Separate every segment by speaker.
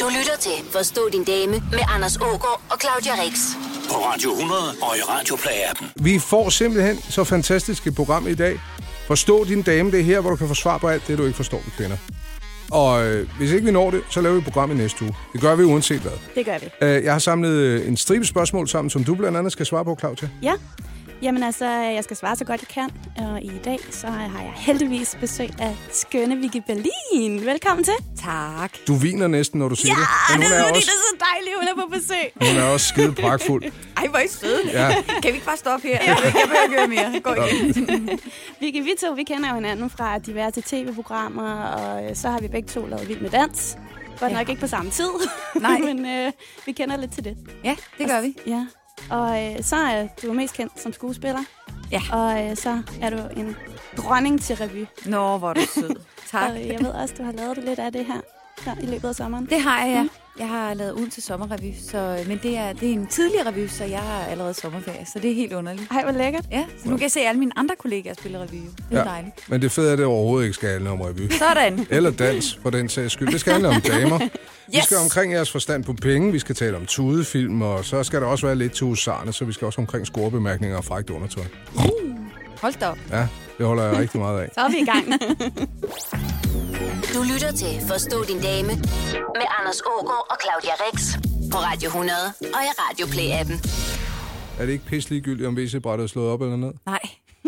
Speaker 1: Du lytter til Forstå din dame med Anders Ågaard og Claudia Rix.
Speaker 2: På Radio 100 og i Radioplay-appen.
Speaker 3: Vi får simpelthen så fantastisk et program i dag. Forstå din dame, det er her, hvor du kan få svar på alt det, du ikke forstår ved kvinder. Og øh, hvis ikke vi når det, så laver vi et program i næste uge. Det gør vi uanset hvad.
Speaker 4: Det gør vi.
Speaker 3: Øh, jeg har samlet øh, en stribe spørgsmål sammen, som du blandt andet skal svare på, Claudia.
Speaker 4: Ja. Jamen altså, jeg skal svare så godt jeg kan, og i dag så har jeg heldigvis besøg af skønne Vicky Berlin. Velkommen til. Tak.
Speaker 3: Du viner næsten, når du siger
Speaker 4: Ja,
Speaker 3: det.
Speaker 4: det
Speaker 3: hun
Speaker 4: er,
Speaker 3: er
Speaker 4: fordi,
Speaker 3: også,
Speaker 4: det er så dejligt, hun er på besøg.
Speaker 3: hun er også skide pragtfuld.
Speaker 5: Ej, hvor er I søde.
Speaker 3: Ja.
Speaker 5: Kan vi ikke bare stoppe her? Jeg behøver ikke høre mere. Gå igen.
Speaker 4: Vicky, vi to, vi kender jo hinanden fra diverse tv-programmer, og øh, så har vi begge to lavet Vild med Dans. Godt nok ikke på samme tid,
Speaker 5: Nej.
Speaker 4: men øh, vi kender lidt til det.
Speaker 5: Ja, det gør vi.
Speaker 4: Ja. Og øh, så er du mest kendt som skuespiller,
Speaker 5: Ja.
Speaker 4: og øh, så er du en dronning til revy.
Speaker 5: Nå, hvor er du sød. Tak.
Speaker 4: Og øh, jeg ved også, du har lavet lidt af det her her i løbet af sommeren.
Speaker 5: Det har jeg,
Speaker 4: Mm.
Speaker 5: ja. Jeg har lavet uden til sommerrevy, så, men det er, det er en tidlig revy, så jeg har allerede sommerferie, så det er helt underligt.
Speaker 4: Ej, hvor lækkert.
Speaker 5: Ja, så nu kan jeg se alle mine andre kollegaer spille revy. jo. Det er ja. dejligt.
Speaker 3: Men det fede er, at det overhovedet ikke skal handle om revy.
Speaker 5: Sådan.
Speaker 3: Eller dans, for den sags skyld. Det skal handle om damer. Vi
Speaker 5: Yes.
Speaker 3: skal omkring jeres forstand på penge, vi skal tale om tudefilm, og så skal der også være lidt til usarne, så vi skal også omkring scorebemærkninger og frækt undertøj.
Speaker 5: Hold da op.
Speaker 3: Ja, det holder jeg rigtig meget af.
Speaker 4: Så er vi i gang.
Speaker 1: Du lytter til Forstå din dame med Anders Ågaard og Claudia Rix. På Radio 100 og i Radioplay-appen.
Speaker 3: Er det ikke pisse ligegyldigt, om WC-brættet er slået op eller ned?
Speaker 5: Nej,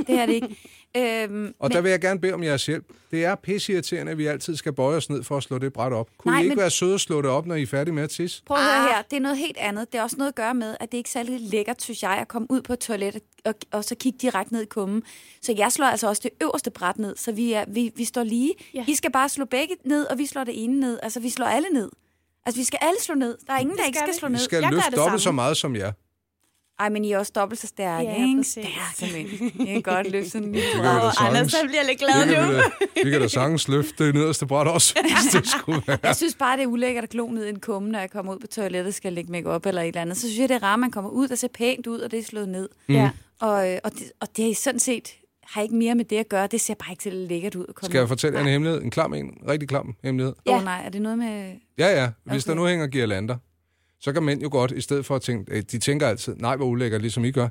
Speaker 5: det er det ikke. Øhm,
Speaker 3: Og der vil jeg gerne bede om jeres hjælp. Det er pisseirriterende, at vi altid skal bøje os ned for at slå det bræt op. Kunne
Speaker 5: Nej,
Speaker 3: I ikke
Speaker 5: men-
Speaker 3: være søde og slå det op, når I er færdige med at tisse?
Speaker 5: Prøv at
Speaker 4: Ah.
Speaker 5: høre her, det er noget helt andet. Det er også noget at gøre med, at det ikke er særlig lækkert, synes jeg, at komme ud på et toilet og, og så kigge direkte ned i kummen. Så jeg slår altså også det øverste bræt ned, så vi, er, vi, vi står lige.
Speaker 4: Ja.
Speaker 5: Ja. I skal bare slå begge ned, og vi slår det ene ned. Altså, vi slår alle ned. Altså, vi skal alle slå ned. Der er ingen, der ikke
Speaker 4: skal
Speaker 5: skal
Speaker 4: vi.
Speaker 5: slå
Speaker 3: I
Speaker 5: ned.
Speaker 3: skal
Speaker 4: Jeg gør
Speaker 3: løfte
Speaker 4: det
Speaker 3: dobbelt så
Speaker 4: samme.
Speaker 3: meget som jer.
Speaker 5: Ej, men I er også dobbelt så stærke,
Speaker 4: Ja,
Speaker 5: ikke?
Speaker 4: præcis.
Speaker 5: Stærke mænd. Jeg kan godt løfte sådan en lille
Speaker 3: kan vi
Speaker 5: bræt.
Speaker 3: da
Speaker 4: Og Anders,
Speaker 3: sagtens.
Speaker 4: der bliver lidt
Speaker 3: Vi
Speaker 4: glad
Speaker 3: kan,
Speaker 4: nu.
Speaker 3: da, vi kan da sagtens løfte det nederste bræt også, hvis det skulle være.
Speaker 5: Jeg synes bare, det er ulækkert at glo ned i en kumme, når jeg kommer ud på toilettet og skal lægge makeup eller et eller andet. Så synes jeg, det er rart, man kommer ud og ser pænt ud, og det er slået ned.
Speaker 3: Mm.
Speaker 4: Ja.
Speaker 5: Og, øh, og, det, og det er sådan set har ikke mere med det at gøre. Det ser bare ikke så lækkert ud at komme.
Speaker 3: Skal jeg fortælle jer en hemmelighed? En klam en. Rigtig klam hemmelighed.
Speaker 5: Ja. Oh, nej, er det noget med...
Speaker 3: Ja, ja. Hvis
Speaker 5: Okay.
Speaker 3: der nu hænger girlander, så kan mænd jo godt, i stedet for at tænke, øh, de tænker altid, nej, hvor ulækkert, ligesom I gør.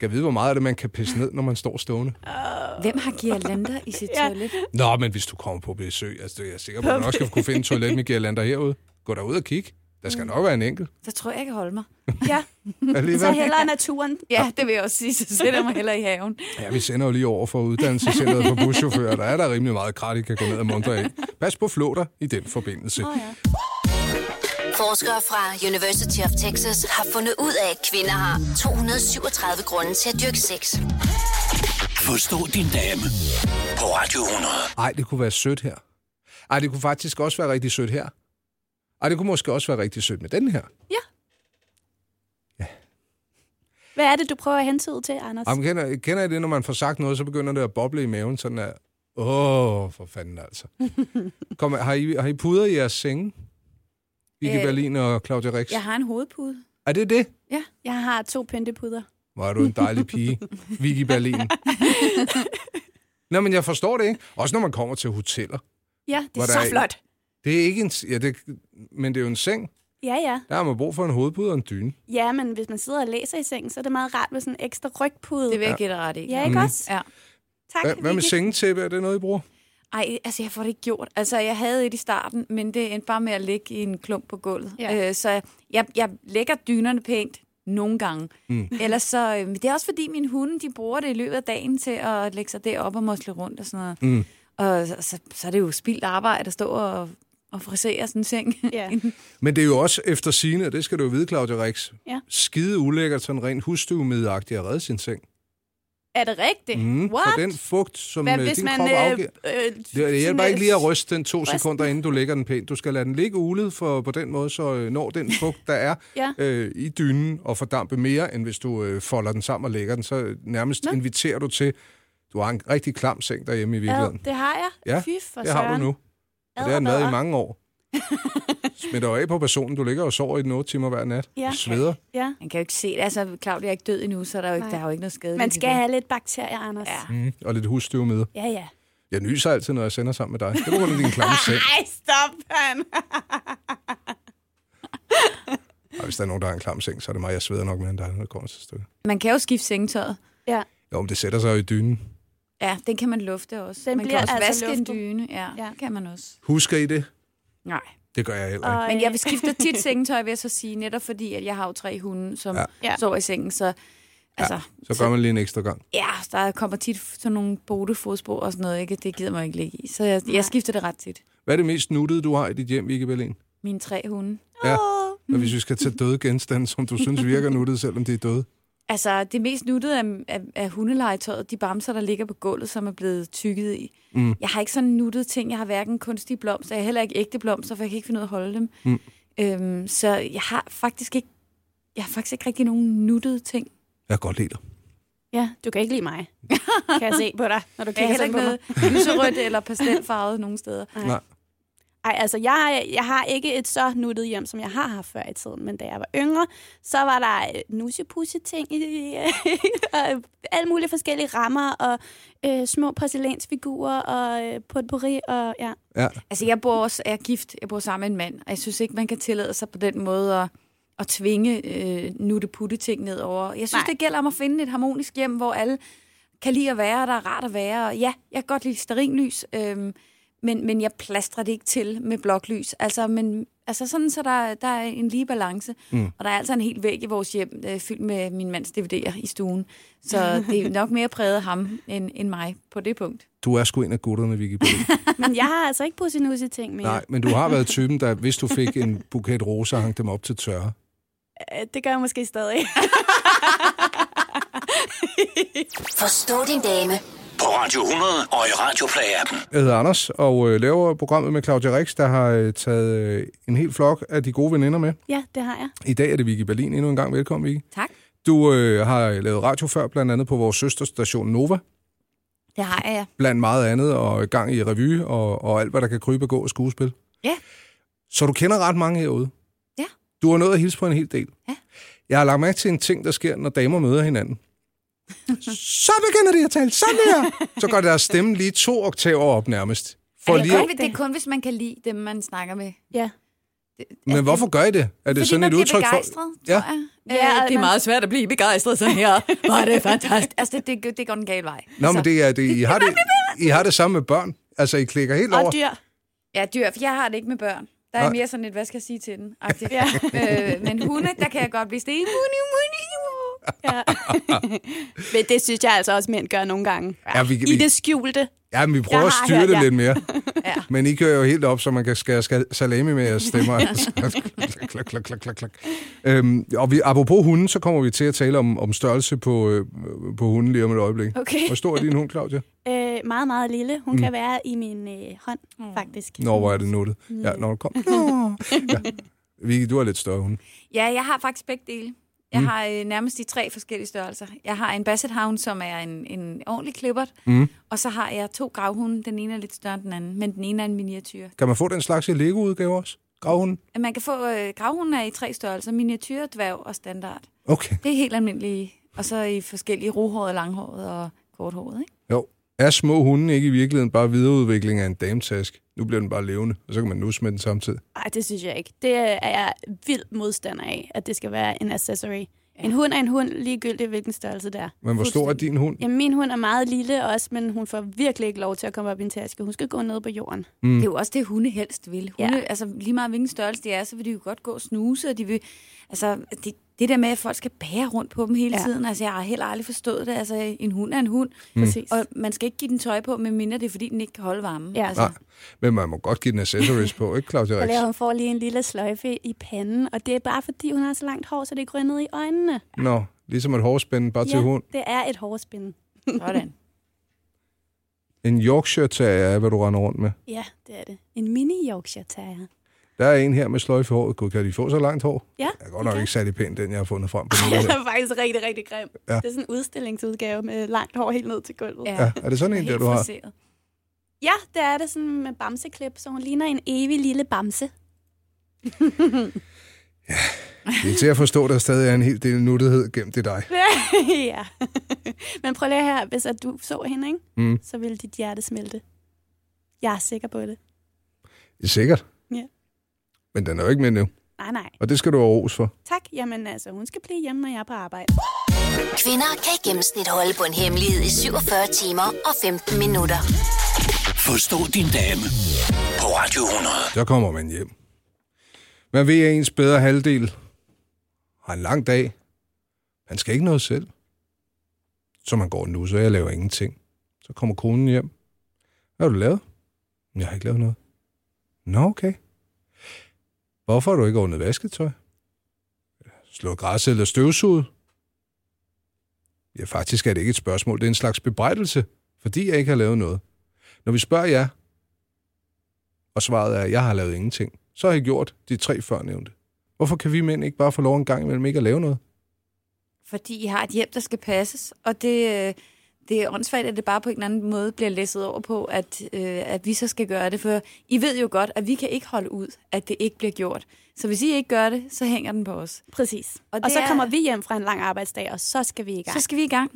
Speaker 3: Kan vide, hvor meget af det, man kan pisse ned, når man står stående?
Speaker 5: Hvem har girlander i sit
Speaker 4: Ja.
Speaker 5: ja. toilet?
Speaker 3: Nå, men hvis du kommer på besøg, altså det er jeg sikker på, at du nok skal kunne finde et toilet med girlander herude. Gå derud og kig. Der skal nok være en enkelt.
Speaker 5: Så tror jeg, jeg kan holde mig.
Speaker 4: ja. Så
Speaker 3: Alligevel.
Speaker 4: hellere naturen.
Speaker 5: Ja, det vil jeg også sige. Så sætter jeg mig heller i haven.
Speaker 3: Ja, vi sender jo lige over for uddannelsescenteret for buschauffører. Der er der rimelig meget krat, I kan gå ned og muntre af. Pas på flåter i den forbindelse.
Speaker 4: Åh, ja.
Speaker 1: Forskere fra University of Texas har fundet ud af, at kvinder har 237 grunde til at dyrke sex.
Speaker 2: Forstå din dame. På Radio 100.
Speaker 3: Ej, det kunne være sødt her. Ej, det kunne faktisk også være rigtig sødt her. Ej, det kunne måske også være rigtig sødt med den her.
Speaker 4: Hvad er det, du prøver at hentyde til, Anders?
Speaker 3: Ej, men kender, kender I det, når man får sagt noget, så begynder det at boble i maven, sådan der. Åh, for fanden altså. Kom, har, I, har I puder i jeres senge? Vicky øh,
Speaker 5: Øh,
Speaker 3: Berlin og Claudia Rix.
Speaker 5: Jeg har en hovedpude.
Speaker 3: Er det det?
Speaker 4: Jeg har to pyntepuder.
Speaker 3: Hvor er du en dejlig pige, Vicky Berlin. Nå, men jeg forstår det ikke. Også når man kommer til hoteller.
Speaker 4: Ja, det
Speaker 3: Hvor
Speaker 4: er
Speaker 3: der
Speaker 4: så
Speaker 3: er-
Speaker 4: flot.
Speaker 3: Det er ikke en... Ja, det, men det er jo en seng.
Speaker 4: Ja, ja.
Speaker 3: Der har man brug for en hovedpude og en dyne.
Speaker 4: Ja, men hvis man sidder og læser i sengen, så er det meget rart med sådan en ekstra rygpude.
Speaker 5: Det vil jeg give dig ret i.
Speaker 4: Ja, ikke
Speaker 3: Mhm.
Speaker 4: også?
Speaker 5: Ja.
Speaker 4: Tak,
Speaker 3: Hvad, hvad med
Speaker 4: Vicky.
Speaker 3: sengetæppe? Er det noget, I bruger?
Speaker 5: Ej, altså jeg får det ikke gjort. Altså jeg havde et i starten, men det endte bare med at ligge i en klump på gulvet.
Speaker 4: Ja.
Speaker 5: Ja. Øh, så jeg- jeg, jeg lægger dynerne pænt nogle gange. Mm. Ellers så, øh, men det er også fordi mine hunde, de bruger det i løbet af dagen til at lægge sig derop og mosle rundt og sådan noget. Mm. Og så, så, så er det jo spildt arbejde at stå og, og frisere sådan en seng.
Speaker 4: Ja.
Speaker 3: Men det er jo også efter sine, og det skal du jo vide, Claudia Rix.
Speaker 4: Ja.
Speaker 3: Skide ulækkert, sådan rent husstøvmedagtigt at redde sin seng. Mhm.
Speaker 4: Er det rigtigt?
Speaker 3: Mm, For den fugt, som
Speaker 4: Hvad
Speaker 3: øh,
Speaker 4: hvis
Speaker 3: din
Speaker 4: man...
Speaker 3: krop
Speaker 4: øh,
Speaker 3: afgiver...
Speaker 4: øh,
Speaker 3: Det, det hjælper
Speaker 4: sådan,
Speaker 3: ikke lige at
Speaker 4: øh,
Speaker 3: ryste den to sekunder, inden du lægger den pænt. Du skal lade den ligge ulet, for på den måde, så øh, når den fugt, der er
Speaker 4: Ja.
Speaker 3: øh, i dynen, og fordampe mere, end hvis du øh, folder den sammen og lægger den. Så øh, nærmest
Speaker 4: Nå.
Speaker 3: inviterer du til, du har en rigtig klam seng derhjemme i
Speaker 4: Ad,
Speaker 3: virkeligheden.
Speaker 4: det har jeg.
Speaker 3: Ja,
Speaker 4: Fy for
Speaker 3: det har du
Speaker 4: søren.
Speaker 3: nu. Og det har den
Speaker 4: Ad
Speaker 3: været
Speaker 4: og
Speaker 3: i
Speaker 4: bader.
Speaker 3: mange år. Smitter jo af på personen. Du ligger og sover i den 8 timer hver nat.
Speaker 4: Ja.
Speaker 3: Ja. Sveder.
Speaker 4: Ja.
Speaker 5: Man kan jo ikke se det. Altså, Claudia er ikke død endnu, så der er jo ikke,
Speaker 4: Nej.
Speaker 5: der er jo ikke noget skade.
Speaker 4: Man
Speaker 5: ved det
Speaker 4: skal
Speaker 5: der.
Speaker 4: have lidt bakterier, Anders.
Speaker 5: Ja.
Speaker 3: Mm. Og lidt husstøv med.
Speaker 4: Ja, ja.
Speaker 3: Jeg nyser altid, når jeg sender sammen med dig. Det var grund af din klamme seng.
Speaker 4: Ej, stop, han.
Speaker 3: hvis der er nogen, der har en klam seng, så er det mig, jeg sveder nok mere end dig, når det kommer til stykket.
Speaker 5: Man kan jo skifte sengetøjet.
Speaker 4: Ja.
Speaker 3: Jo, men det sætter sig jo i dynen.
Speaker 5: Ja, den kan man lufte også.
Speaker 4: Den
Speaker 5: man
Speaker 4: bliver
Speaker 5: kan også
Speaker 4: altså
Speaker 5: vaske
Speaker 4: luftet.
Speaker 5: en dyne. Ja,
Speaker 4: Ja.
Speaker 5: ja, kan man også.
Speaker 3: Husker I det?
Speaker 5: Nej.
Speaker 3: Det gør jeg heller ikke.
Speaker 4: Og,
Speaker 5: Men jeg skifter tit sengetøj, vil jeg så sige, netop fordi, at jeg har jo tre hunde, som
Speaker 3: Ja.
Speaker 5: ja.
Speaker 4: Ja.
Speaker 5: sover i sengen, så... Altså, ja.
Speaker 3: Så gør man lige en ekstra gang.
Speaker 5: ja, der kommer tit sådan nogle bodefodspor og sådan noget, ikke? Det gider man ikke ligge i. Så jeg, jeg skifter det ret tit.
Speaker 3: Hvad er det mest nuttede, du har i dit hjem, Vicky Berlin?
Speaker 5: Mine tre hunde.
Speaker 3: Ja. Og hvis vi skal tage døde genstande, som du synes virker nuttede, selvom de er døde.
Speaker 5: Altså, det mest nuttede af, af, af hundelegetøjet, de bamser, der ligger på gulvet, som er blevet tykket i. Mm. Jeg har ikke sådan nuttet ting. Jeg har hverken kunstige blomster, jeg har heller ikke ægte blomster, for jeg kan ikke finde ud af at holde dem. Mm. Øhm, så jeg har faktisk ikke jeg har faktisk ikke rigtig nogen nuttede ting.
Speaker 3: Jeg kan godt lide dig.
Speaker 4: ja, du kan ikke lide mig. Kan jeg se på dig, når du
Speaker 5: Jeg har
Speaker 4: kigger
Speaker 5: heller
Speaker 4: sådan
Speaker 5: ikke
Speaker 4: på mig.
Speaker 5: noget lyserødt eller pastelfarvet nogen steder.
Speaker 4: Nej.
Speaker 3: Nej.
Speaker 4: Ej, altså, jeg, jeg har ikke et så nuttet hjem, som jeg har haft før i tiden, men da jeg var yngre, så var der nusepusse-ting, i- og alle mulige forskellige rammer, og øh, små porcelænsfigurer, og øh, potpourri, og ja.
Speaker 3: Ja.
Speaker 5: Altså, jeg bor også, jeg er gift, jeg bor sammen med en mand, og jeg synes ikke, man kan tillade sig på den måde at, at tvinge øh, nutte ting ned over. Jeg synes,
Speaker 4: Nej.
Speaker 5: Nej. det gælder om at finde et harmonisk hjem, hvor alle kan lide at være, og der er rart at være. Og ja, jeg kan godt lide sterinlys, øhm, men, men jeg plastrer det ikke til med bloklys. Altså, men, altså sådan, så der, der er en lige balance. Mm. Og der er altså en hel væg i vores hjem, øh, fyldt med min mands DVD'er i stuen. Så det er nok mere præget af ham end, end mig på det punkt.
Speaker 3: Du er sgu en af gutterne, Vicky Berlin.
Speaker 4: Men jeg har altså ikke pusse-nusse-ting mere.
Speaker 3: Nej, men du har været typen, der hvis du fik en buket roser, hang dem op til tørre.
Speaker 4: Øh, Det gør jeg måske stadig.
Speaker 1: Forstå din dame
Speaker 2: På Radio 100 og i Radioplay-appen.
Speaker 3: Jeg hedder Anders og øh, laver programmet med Claudia Rix, der har øh, taget øh, en hel flok af de gode veninder med.
Speaker 4: Ja, det har jeg.
Speaker 3: I dag er det Vicky Berlin endnu en gang. Velkommen, Vicky.
Speaker 5: Tak.
Speaker 3: Du øh, har lavet radio før, blandt andet på vores søsterstation Nova,
Speaker 5: Det har jeg, ja.
Speaker 3: blandt meget andet, og gang i revy, og, og alt, hvad der kan krybe og gå og skuespil.
Speaker 5: Ja.
Speaker 3: Så du kender ret mange herude.
Speaker 5: Ja.
Speaker 3: Du har nået at hilse på en hel del.
Speaker 5: Ja.
Speaker 3: Jeg har lagt mærke til en ting, der sker, når damer møder hinanden. så begynder de at tale sådan her. Så går deres stemme lige to oktaver op nærmest. For
Speaker 5: Altså,
Speaker 3: lige,
Speaker 5: kun, det er kun, hvis man kan lide dem, man snakker med.
Speaker 4: Ja.
Speaker 3: men hvorfor gør I det? Er det
Speaker 5: Fordi
Speaker 3: sådan
Speaker 5: man
Speaker 3: et
Speaker 5: bliver
Speaker 3: udtryk for...
Speaker 5: begejstret,
Speaker 3: Ja.
Speaker 5: tror jeg.
Speaker 4: Ja,
Speaker 5: Øh,
Speaker 4: og man-
Speaker 5: svært at blive begejstret sådan her. Var det fantastisk. Altså, det, det, det går den gale vej.
Speaker 3: Nå, men
Speaker 5: Altså,
Speaker 3: det er, det, I, har det, I har det samme med børn. Altså, I klikker helt over.
Speaker 4: Og dyr.
Speaker 5: Ja, dyr, for jeg har det ikke med børn. Der
Speaker 3: Nej.
Speaker 5: er mere sådan et, hvad skal jeg sige til den? Ja. øh, men hunde, der kan jeg godt blive stenet. Hunde, hunde, hunde.
Speaker 4: Ja. Men det synes jeg altså også, mænd gør nogle gange.
Speaker 3: Ja, vi-
Speaker 4: I
Speaker 3: vi-
Speaker 4: det skjulte.
Speaker 3: Ja, men vi prøver
Speaker 4: Jeg
Speaker 3: at
Speaker 4: har
Speaker 3: styre
Speaker 4: hørt
Speaker 3: det
Speaker 4: jer.
Speaker 3: lidt mere.
Speaker 5: Ja.
Speaker 3: Men I kører jo helt op, så man kan skære skal- salami med jeres stemmer. Altså, klak, klak, klak, klak, klak. Øhm, og vi, apropos hunden, så kommer vi til at tale om, om størrelse på, øh, på hunden lige om et øjeblik.
Speaker 4: Okay.
Speaker 3: Hvor stor er din hund, Claudia?
Speaker 4: Øh, meget, meget lille. Hun mm. kan være i min øh, hånd, faktisk.
Speaker 3: Nå, hvor er det nuttet. Ja,
Speaker 4: Mm.
Speaker 3: når du kom. Nå. Ja. Vicky, du har lidt større hund.
Speaker 5: Ja, jeg har faktisk begge dele. Jeg mm. har øh, nærmest de tre forskellige størrelser. Jeg har en Basset Hound, som er en, en ordentlig klippert. Mm. Og så har jeg to gravhunde. Den ene er lidt større end den anden, men den ene er en miniatyr.
Speaker 3: Kan man få den slags i Lego-udgave også? Gravhunden?
Speaker 5: At Man kan få øh, gravhunden er i tre størrelser, miniatyr, dværg og standard.
Speaker 3: Okay.
Speaker 5: Det er helt almindelige. Og så i forskellige rohåret, langhåret og korthåret, ikke?
Speaker 3: Jo. Er små hunde ikke i virkeligheden bare videreudvikling af en dametask? Nu bliver den bare levende, og så kan man nusse med den samtidig.
Speaker 4: Nej, det synes jeg ikke. Det er jeg vild modstander af, at det skal være en accessory. Ja. En hund er en hund, ligegyldigt hvilken størrelse det er.
Speaker 3: Men hvor stor er din hund?
Speaker 4: Jamen, min hund er meget lille også, men hun får virkelig ikke lov til at komme op i en taske. Hun skal gå ned på jorden.
Speaker 3: Mm.
Speaker 5: Det er jo også det, hunde helst vil. Hunde,
Speaker 4: Ja.
Speaker 5: ja. altså lige meget hvilken størrelse de er, så vil de jo godt gå og snuse, og de vil... Altså, det, det der med, at folk skal bære rundt på dem hele
Speaker 4: Ja.
Speaker 5: ja. tiden, altså jeg har heller aldrig forstået det. Altså, en hund er en hund,
Speaker 3: Mm.
Speaker 4: Præcis.
Speaker 5: og man skal ikke give den tøj på, medmindre det er, fordi den ikke kan holde varmen.
Speaker 4: Ja.
Speaker 5: Altså,
Speaker 3: Nej, men man må godt give den accessories på, ikke Claudia
Speaker 4: Og
Speaker 3: Rix?
Speaker 4: laver hun får lige en lille sløjfe i panden, og det er bare fordi, hun har så langt hår, så det er grønnet i øjnene.
Speaker 3: Nå, ligesom et hårspænde bare ja. til hund.
Speaker 4: det er et hårspænde.
Speaker 5: sådan.
Speaker 3: En Yorkshire terrier er, hvad du render rundt med.
Speaker 4: Ja, det er det. En mini Yorkshire Terrier.
Speaker 3: Der er en her med sløjfe i håret. Gud, kan de få så langt hår?
Speaker 4: Ja,
Speaker 3: Jeg er godt nok ikke særlig pæn, den jeg har fundet frem på. nettet
Speaker 4: Den
Speaker 3: her.
Speaker 4: er faktisk rigtig, rigtig grim.
Speaker 3: Ja.
Speaker 4: Ja. Det er sådan en udstillingsudgave med langt hår helt ned til gulvet.
Speaker 5: Ja.
Speaker 3: Ja, er det sådan en,
Speaker 5: Helt
Speaker 3: der du har?
Speaker 5: friseret.
Speaker 4: Ja, det er det sådan med bamseklip, så hun ligner en evig lille bamse.
Speaker 3: Det er til at forstå, der stadig er en hel del nuttighed gennem i dig.
Speaker 4: ja. Men prøv lige her, hvis at du så hende, ikke?
Speaker 3: Mm.
Speaker 4: så ville dit hjerte smelte. Jeg er sikker på det.
Speaker 3: Det er sikkert.
Speaker 4: Ja.
Speaker 3: Men den er jo ikke med nu.
Speaker 4: Nej, nej.
Speaker 3: Og det skal du have ros for.
Speaker 4: Tak. Jamen altså, hun skal blive hjemme, når jeg er på arbejde.
Speaker 1: Kvinder kan i gennemsnit holde på en hemmelighed i 47 timer og 15 minutter.
Speaker 2: Forstå din dame på Radio 100.
Speaker 3: Så kommer man hjem. Man ved, at ens bedre halvdel har en lang dag. Man skal ikke noget selv. Så man går nu, så jeg laver ingenting. Så kommer konen hjem. Hvad har du lavet? Jeg har ikke lavet noget. Nå, okay. Hvorfor har du ikke ordnet vasketøj? Slå græsset eller støvsuget? Ja, faktisk er det ikke et spørgsmål. Det er en slags bebrejdelse, fordi jeg ikke har lavet noget. Når vi spørger jer, og svaret er, at jeg har lavet ingenting, så har jeg gjort de tre førnævnte. Hvorfor kan vi mænd ikke bare få lov en gang imellem ikke at lave noget?
Speaker 5: Fordi I har et hjem, der skal passes, og det, øh, det er åndssvagt, at det bare på en eller anden måde bliver læsset over på, at, øh, at vi så skal gøre det. For I ved jo godt, at vi kan ikke holde ud, at det ikke bliver gjort. Så hvis I ikke gør det, så hænger den på os.
Speaker 4: Præcis. Og,
Speaker 5: Og
Speaker 4: og
Speaker 5: det
Speaker 4: så
Speaker 5: er-
Speaker 4: kommer vi hjem fra en lang arbejdsdag, og så skal vi i gang.
Speaker 5: Så skal vi i gang.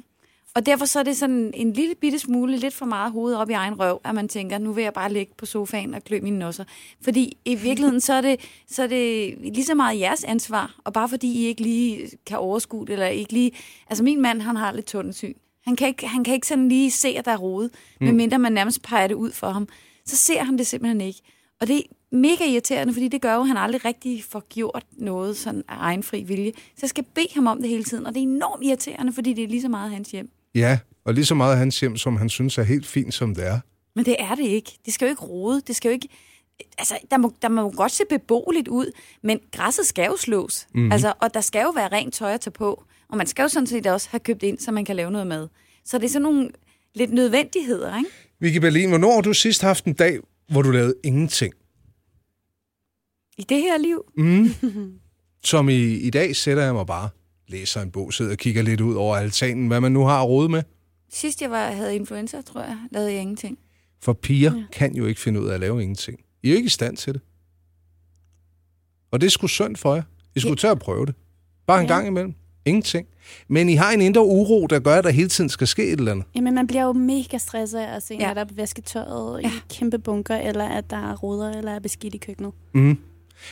Speaker 5: Og derfor så er det sådan en lille bitte smule, lidt for meget hoved op i egen røv, at man tænker, nu vil jeg bare ligge på sofaen og klø mine nosser. Fordi i virkeligheden, så er det, så er det lige så meget jeres ansvar, og bare fordi I ikke lige kan overskue det, eller ikke lige... Altså min mand, han har lidt tunnelsyn. Han kan ikke, han kan ikke sådan lige se, at der er rode, mm. medmindre man nærmest peger det ud for ham. Så ser han det simpelthen ikke. Og det er mega irriterende, fordi det gør jo, at han aldrig rigtig får gjort noget sådan af egen fri vilje. Så jeg skal bede ham om det hele tiden, og det er enormt irriterende, fordi det er lige så meget hans hjem.
Speaker 3: Ja, og lige så meget af hans hjem, som han synes er helt fint, som det er.
Speaker 5: Men det er det ikke. Det skal jo ikke rode. Det skal jo ikke... Altså, der må, der må jo godt se beboeligt ud, men græsset skal jo slås. Mm-hmm. Altså, og der skal jo være rent tøj at tage på. Og man skal jo sådan set også have købt ind, så man kan lave noget mad. Så det er sådan nogle lidt nødvendigheder, ikke?
Speaker 3: Vicky Berlin, hvornår har du sidst haft en dag, hvor du lavede ingenting?
Speaker 5: I det her liv.
Speaker 3: Som i, i dag sætter jeg mig bare, læser en bog, sidder og kigger lidt ud over altanen, hvad man nu har at rode med.
Speaker 5: Sidst jeg var, havde influenza, tror jeg, lavede jeg ingenting.
Speaker 3: For piger ja. kan jo ikke finde ud af at lave ingenting. I er jo ikke i stand til det. Og det er sgu synd for jer. I skulle tage at prøve det. Bare en gang imellem. Ingenting. Men I har en indre uro, der gør, at der hele tiden skal ske et eller andet.
Speaker 4: Jamen, man bliver jo mega stresset af at se,
Speaker 5: Ja.
Speaker 4: ja. når der er vasketøjet ja. i kæmpe bunker, eller at der er ruder, eller er beskidt i køkkenet.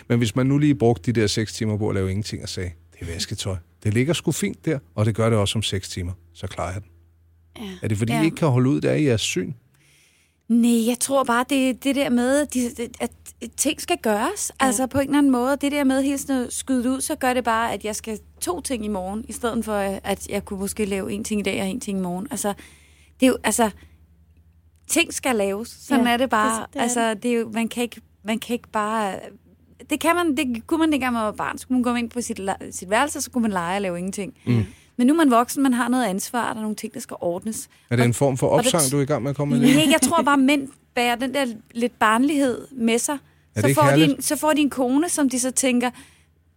Speaker 3: Men hvis man nu lige brugte de der 6 timer på at lave ingenting og sagde, det er vasketøj. Det ligger sgu fint der, og det gør det også om 6 timer. Så klarer jeg den. Ja. Er det fordi, ja.
Speaker 5: Ja.
Speaker 3: I ikke kan holde ud, der i jeres syn?
Speaker 5: Nej, jeg tror bare, det det der med, at, de, at- at ting skal gøres. Ja. Altså på en eller anden måde. Det der med hele tiden at skyde det ud, så gør det bare, at jeg skal to ting i morgen, i stedet for, øh, at jeg kunne måske lave en ting i dag og en ting i morgen. Altså, det er jo, altså, ting skal laves. Sådan
Speaker 4: Ja,
Speaker 5: ja, er det bare.
Speaker 4: det- det
Speaker 5: Det,
Speaker 4: er
Speaker 5: det altså, det er jo, man kan ikke, man kan ikke bare... Det kan man, det kunne man dengang, man var barn. Så kunne man komme ind på sit, la- sit værelse, og så kunne man lege og lave ingenting. Mm. Men nu er man voksen, man har noget ansvar, og der er nogle ting, der skal ordnes.
Speaker 3: Er det en form for
Speaker 5: og det-
Speaker 3: opsang, du er i gang med at komme med? lige nu?
Speaker 5: Nej, jeg tror bare, at mænd bærer den der lidt barnlighed med sig.
Speaker 3: det
Speaker 5: Så
Speaker 3: ikke
Speaker 5: får, de en,
Speaker 3: herligt?
Speaker 5: så får de en kone, som de så tænker,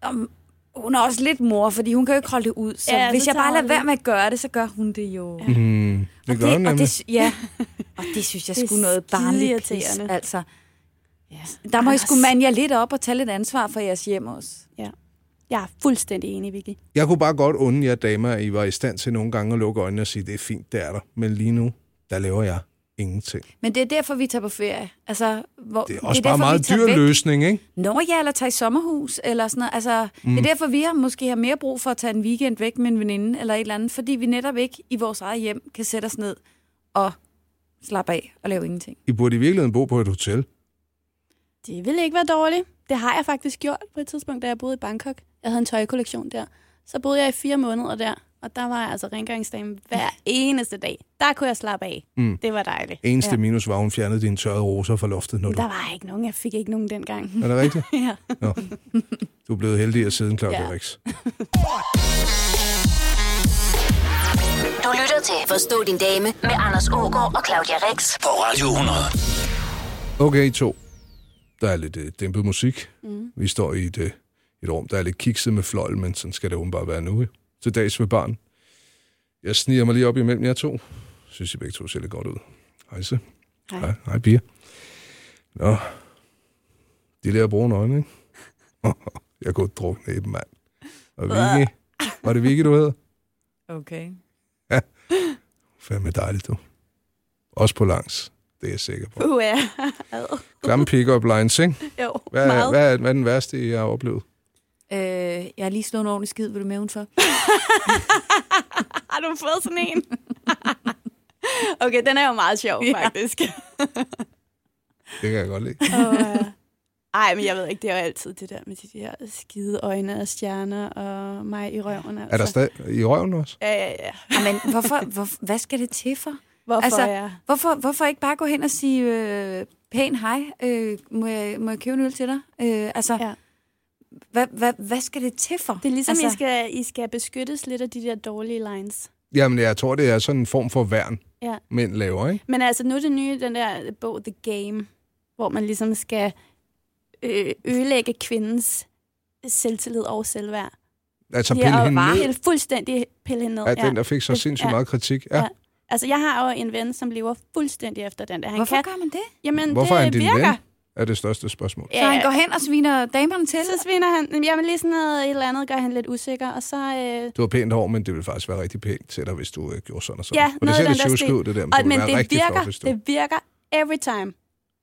Speaker 5: om, hun er også lidt mor, fordi hun kan jo ikke holde det ud. Så
Speaker 4: Ja,
Speaker 5: ja,
Speaker 4: så
Speaker 5: hvis jeg
Speaker 4: tager
Speaker 5: bare lader
Speaker 4: hun
Speaker 5: være
Speaker 4: det.
Speaker 5: med at gøre det, så gør hun det jo. Ja.
Speaker 3: Det gør det,
Speaker 5: og,
Speaker 3: nemlig.
Speaker 5: det, sy- ja. og det synes jeg
Speaker 4: Det er
Speaker 5: skulle noget barnligt pis,
Speaker 4: skideirriterende.
Speaker 5: altså. Der må I
Speaker 4: Anders.
Speaker 5: sgu mande jer lidt op og tage lidt ansvar for jeres hjem også.
Speaker 4: Ja. Jeg er fuldstændig enig, Vicky.
Speaker 3: Jeg kunne bare godt unde jer damer, at I var i stand til nogle gange at lukke øjnene og sige, det er fint, det er der. Men lige nu, der laver jeg ingenting.
Speaker 5: Men det er derfor, vi tager på ferie. Altså, hvor,
Speaker 3: Det er også det er
Speaker 5: derfor,
Speaker 3: bare
Speaker 5: vi
Speaker 3: meget
Speaker 5: tager
Speaker 3: dyr
Speaker 5: væk.
Speaker 3: løsning, ikke?
Speaker 5: Nå ja, eller tage i sommerhus, eller sådan noget. Altså, mm. Det er derfor, vi har måske har mere brug for at tage en weekend væk med en veninde, eller et eller andet, fordi vi netop ikke i vores eget hjem kan sætte os ned og slappe af og lave ingenting.
Speaker 3: I burde i virkeligheden bo på et hotel.
Speaker 4: Det ville ikke være dårligt. Det har jeg faktisk gjort på et tidspunkt, da jeg boede i Bangkok. Jeg havde en tøjkollektion der. Så boede jeg i fire måneder der, og der var jeg altså rengøringsdame hver eneste dag. Der kunne jeg slappe af. Mm. Det var dejligt.
Speaker 3: Eneste ja. minus var, at hun fjernede dine tørrede roser fra loftet, når du...
Speaker 4: Der var ikke nogen. Jeg fik ikke nogen dengang.
Speaker 3: Er det rigtigt?
Speaker 4: ja.
Speaker 3: Nå. Du er blevet heldigere siden, Claudia
Speaker 4: Ja.
Speaker 3: ja. Rix.
Speaker 1: Du lytter til Forstå din dame med Anders Ågaard og Claudia Rex.
Speaker 2: På Radio 100.
Speaker 3: Okay, I to. Der er lidt øh, dæmpet musik. Mm. Vi står i et, øh, et rum, der er lidt kikset med fløjl, men sådan skal det åbenbart være nu. ikke? Til dags med barn. Jeg sniger mig lige op imellem jer to. Synes I begge to ser lidt godt ud. Hejse.
Speaker 4: Hej.
Speaker 3: Hej, hej piger. Nå. De lærer at bruge en øjne, ikke? Jeg kunne drukne i dem, mand. Og Vicky. Var det Vicky, du hed?
Speaker 5: Okay.
Speaker 3: Fandme dejligt, du. Også på langs. Det er jeg sikker på.
Speaker 4: Uh, ja.
Speaker 3: Klamme pick-up lines, ikke?
Speaker 4: jo,
Speaker 3: Hvad,
Speaker 4: meget.
Speaker 3: hvad, er, hvad er den værste, I har oplevet?
Speaker 5: øh, jeg har lige slået en ordentlig skid, vil du med udenfor?
Speaker 4: Har du fået sådan en? okay, den er jo meget sjov,
Speaker 5: Ja.
Speaker 4: ja. faktisk.
Speaker 3: Det kan jeg godt lide.
Speaker 4: Og, øh, ej, men jeg ved ikke, det er jo altid det der med de der skide øjne og stjerner og mig i røven. Altså.
Speaker 3: Er der stadig i røven også?
Speaker 4: Ja, ja, ja.
Speaker 5: Jamen, Ah, hvorfor, hvor, hvad skal det til for?
Speaker 4: Hvorfor altså,
Speaker 5: Altså,
Speaker 4: jeg...
Speaker 5: Hvorfor, hvorfor ikke bare gå hen og sige øh, pæn hej? Øh, må, jeg, må jeg købe en øl til dig? Øh, altså,
Speaker 4: Ja.
Speaker 5: ja. hvad, hvad, hvad skal det til for?
Speaker 4: Det er ligesom, altså,
Speaker 5: altså,
Speaker 4: I, skal, I skal beskyttes lidt af de der dårlige lines.
Speaker 3: Jamen, jeg tror, det er sådan en form for værn,
Speaker 4: Ja.
Speaker 3: mænd laver, ikke?
Speaker 4: Men altså, nu er det nye, den der bog The Game, hvor man ligesom skal øh, ødelægge kvindens selvtillid og selvværd.
Speaker 3: Altså,
Speaker 4: Ja,
Speaker 3: pille
Speaker 4: og
Speaker 3: hende
Speaker 4: bare
Speaker 3: ned
Speaker 4: helt fuldstændig pille hende ned.
Speaker 3: af den, der fik så
Speaker 4: Det-
Speaker 3: sindssygt
Speaker 4: ja.
Speaker 3: meget kritik. Ja.
Speaker 4: Ja. Altså, jeg har jo en ven, som lever fuldstændig efter den der. Han
Speaker 5: hvorfor
Speaker 4: kan,
Speaker 5: gør man det?
Speaker 4: jamen,
Speaker 3: Hvorfor er
Speaker 4: det
Speaker 3: han din
Speaker 4: virker.
Speaker 3: ven? Er det største spørgsmål.
Speaker 5: Så han går hen og sviner damerne til?
Speaker 4: så sviner han, jamen lige sådan noget, et eller andet gør han lidt usikker, og så... Øh,
Speaker 3: Du har pænt hår, men det ville faktisk være rigtig pænt til dig, hvis du øh, gjorde sådan og sådan.
Speaker 4: Ja,
Speaker 3: og det
Speaker 4: noget
Speaker 3: ser
Speaker 4: i den
Speaker 3: lidt
Speaker 4: der
Speaker 3: sjovt
Speaker 4: stil.
Speaker 3: ud, det der, men,
Speaker 4: og,
Speaker 3: det
Speaker 4: men
Speaker 3: ville være
Speaker 4: det
Speaker 3: rigtig
Speaker 4: virker,
Speaker 3: flot, hvis du...
Speaker 4: det virker every time.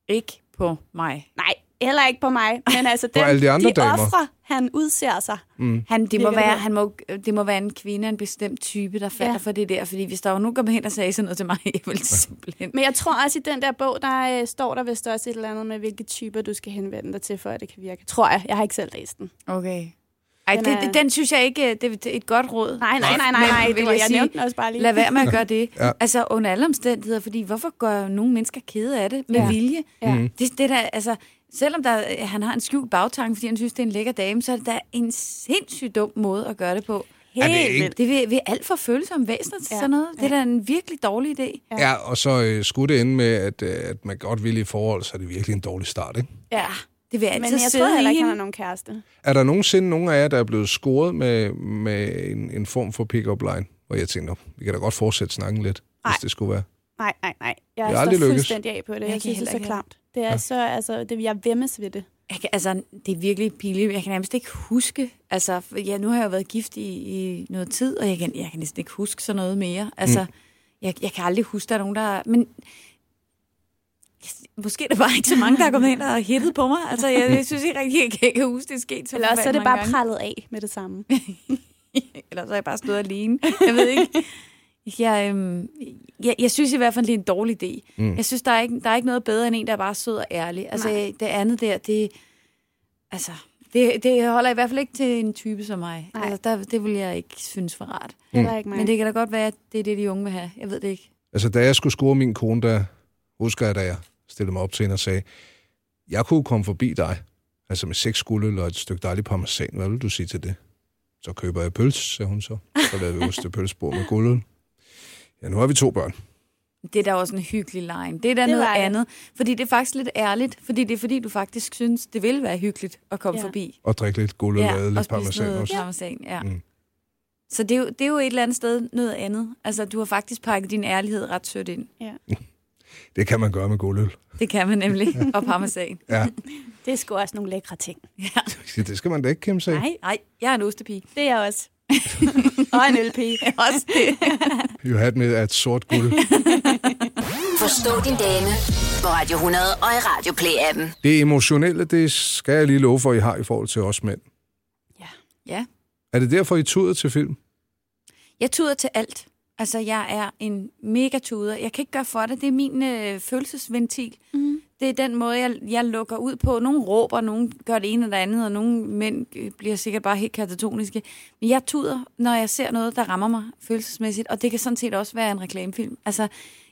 Speaker 5: Ikke på mig.
Speaker 4: Nej, heller ikke på mig, men altså
Speaker 3: På
Speaker 4: dem,
Speaker 3: alle de andre
Speaker 4: de
Speaker 3: damer.
Speaker 4: ofre, han udser sig.
Speaker 5: Han, det,
Speaker 4: Virker
Speaker 5: må
Speaker 4: det
Speaker 5: være,
Speaker 4: godt?
Speaker 5: han må, det må være en kvinde af en bestemt type, der falder
Speaker 4: Ja.
Speaker 5: ja. for det der. Fordi hvis der jo nu kom hen og sagde sådan noget til mig, jeg ville simpelthen...
Speaker 4: Men jeg tror også, i den der bog, der øh, står der vist også et eller andet med, hvilke typer du skal henvende dig til, for at det kan virke. Tror jeg. Jeg har ikke selv læst den.
Speaker 5: Okay. Ej,
Speaker 4: Den
Speaker 5: den,
Speaker 4: er-
Speaker 5: det, den synes jeg ikke, det det er et godt råd.
Speaker 4: Nej, nej, nej, nej.
Speaker 5: Men
Speaker 4: nej det
Speaker 5: vil
Speaker 4: var, jeg,
Speaker 5: sige,
Speaker 4: nævnte den også bare lige.
Speaker 5: Lad være med at gøre det.
Speaker 3: Ja.
Speaker 5: ja. Altså under alle omstændigheder, fordi hvorfor gør nogle mennesker kede af det med
Speaker 4: Ja.
Speaker 5: ja. vilje?
Speaker 4: Ja.
Speaker 5: Mm. Det, det der, altså, selvom der, han har en skjult bagtanke, fordi han synes, det er en lækker dame, så er det da en sindssygt dum måde at gøre det på.
Speaker 4: Helt
Speaker 3: det ikke-
Speaker 4: vildt.
Speaker 5: Det vil, vil alt for følsomme væsener til
Speaker 4: Ja.
Speaker 5: ja. sådan noget. Det er da en virkelig dårlig idé.
Speaker 4: Ja.
Speaker 3: Ja, og så øh, skulle det ende med, at, øh, at man godt vil i forhold, så er det virkelig en dårlig start, ikke?
Speaker 4: Ja.
Speaker 5: Det vil
Speaker 4: Men
Speaker 5: altid
Speaker 4: jeg
Speaker 5: sidde
Speaker 4: tror heller
Speaker 5: i
Speaker 4: ikke, han
Speaker 5: hende.
Speaker 4: har nogen kæreste.
Speaker 3: Er der nogensinde nogen af jer, der er blevet scoret med, med en, en form for pick-up line? Og jeg tænkte, "Nå, vi kan da godt fortsætte snakken lidt, Ej. hvis det skulle være.
Speaker 4: Nej, nej, nej.
Speaker 3: Det
Speaker 4: Jeg
Speaker 3: er
Speaker 4: står
Speaker 3: aldrig lykkes.
Speaker 4: fuldstændig af på det. Jeg,
Speaker 5: kan
Speaker 4: synes, det er
Speaker 5: heller
Speaker 4: så
Speaker 5: ikke.
Speaker 4: klamt. Det er så, altså, det, jeg vemmes ved det.
Speaker 5: Jeg kan, altså, det er virkelig pinligt. Jeg kan nærmest ikke huske. Altså, for- ja, nu har jeg jo været gift i, i noget tid, og jeg kan, jeg kan næsten ikke huske sådan noget mere. Altså, mm. jeg, jeg kan aldrig huske, der er nogen, der... Men Måske er der bare ikke så mange, der er kommet ind og hittet på mig. Altså, jeg, jeg synes ikke rigtig, jeg kan, jeg kan huske, det er sket så
Speaker 4: Eller også så er det
Speaker 5: forfærdelig
Speaker 4: bare
Speaker 5: mange
Speaker 4: prallet af med det samme.
Speaker 5: gange. Eller så har jeg bare stået alene. Jeg ved ikke. Jeg, øhm, jeg, jeg synes i hvert fald, det er en dårlig idé. Mm. Jeg synes, der er, ikke, der er ikke noget bedre end en, der er bare sød og ærlig. Altså,
Speaker 4: Nej.
Speaker 5: det andet der, det... Altså, det, det holder i hvert fald ikke til en type som mig.
Speaker 4: Nej.
Speaker 5: Altså, der, det vil jeg ikke synes var rart.
Speaker 4: Heller ikke mig.
Speaker 5: Men det kan da godt være, at det er det, de unge vil have. Jeg ved det ikke.
Speaker 3: Altså, da jeg skulle score min kone, der husker jeg, da jeg stillede mig op til hende og sagde, jeg kunne komme forbi dig, altså med seks skulde og et stykke dejlig parmesan. Hvad vil du sige til det? Så køber jeg pølse, sagde hun så. Så lavede vi ostepølsebord med gulden. Ja, nu har vi to børn.
Speaker 5: Det er da også en hyggelig line. Det er da
Speaker 4: Det
Speaker 5: det noget
Speaker 4: var det.
Speaker 5: andet. Fordi det er faktisk lidt ærligt. Fordi det er fordi, du faktisk synes, det vil være hyggeligt at komme
Speaker 4: Ja.
Speaker 5: ja. forbi.
Speaker 3: Og drikke lidt gulden ja, og lavede
Speaker 5: og
Speaker 3: lidt
Speaker 5: spise
Speaker 3: parmesan
Speaker 5: noget
Speaker 3: også.
Speaker 5: parmesan, ja.
Speaker 3: Mm.
Speaker 5: Mm. Så det er, jo, det er jo et eller andet sted noget andet. Altså, du har faktisk pakket din ærlighed ret sødt ind.
Speaker 3: Det kan man gøre med guldøl.
Speaker 5: Det kan man nemlig. og parmesan.
Speaker 3: Ja,
Speaker 4: Det er sgu også nogle lækre ting.
Speaker 3: det skal man da ikke kæmpe sig i.
Speaker 4: Nej,
Speaker 5: Nej, jeg er en ostepige.
Speaker 4: det er jeg også. og en ølpige.
Speaker 5: Også det.
Speaker 3: You had me at sort guld.
Speaker 1: Forstå din dame på Radio 100 og i Radio Play-appen.
Speaker 3: Det emotionelle, det skal jeg lige love for, I har i forhold til os mænd.
Speaker 5: ja.
Speaker 3: Er det derfor, I tuder til film?
Speaker 5: Jeg tuder til alt. Altså, jeg er en mega tuder. Jeg kan ikke gøre for det. Det er min øh, følelsesventil. Mm. Det er den måde, jeg, jeg lukker ud på. Nogle råber, nogle gør det ene eller det andet, og nogle mænd øh, bliver sikkert bare helt katatoniske. Men jeg tuder, når jeg ser noget, der rammer mig følelsesmæssigt. Og det kan sådan set også være en reklamefilm. Altså,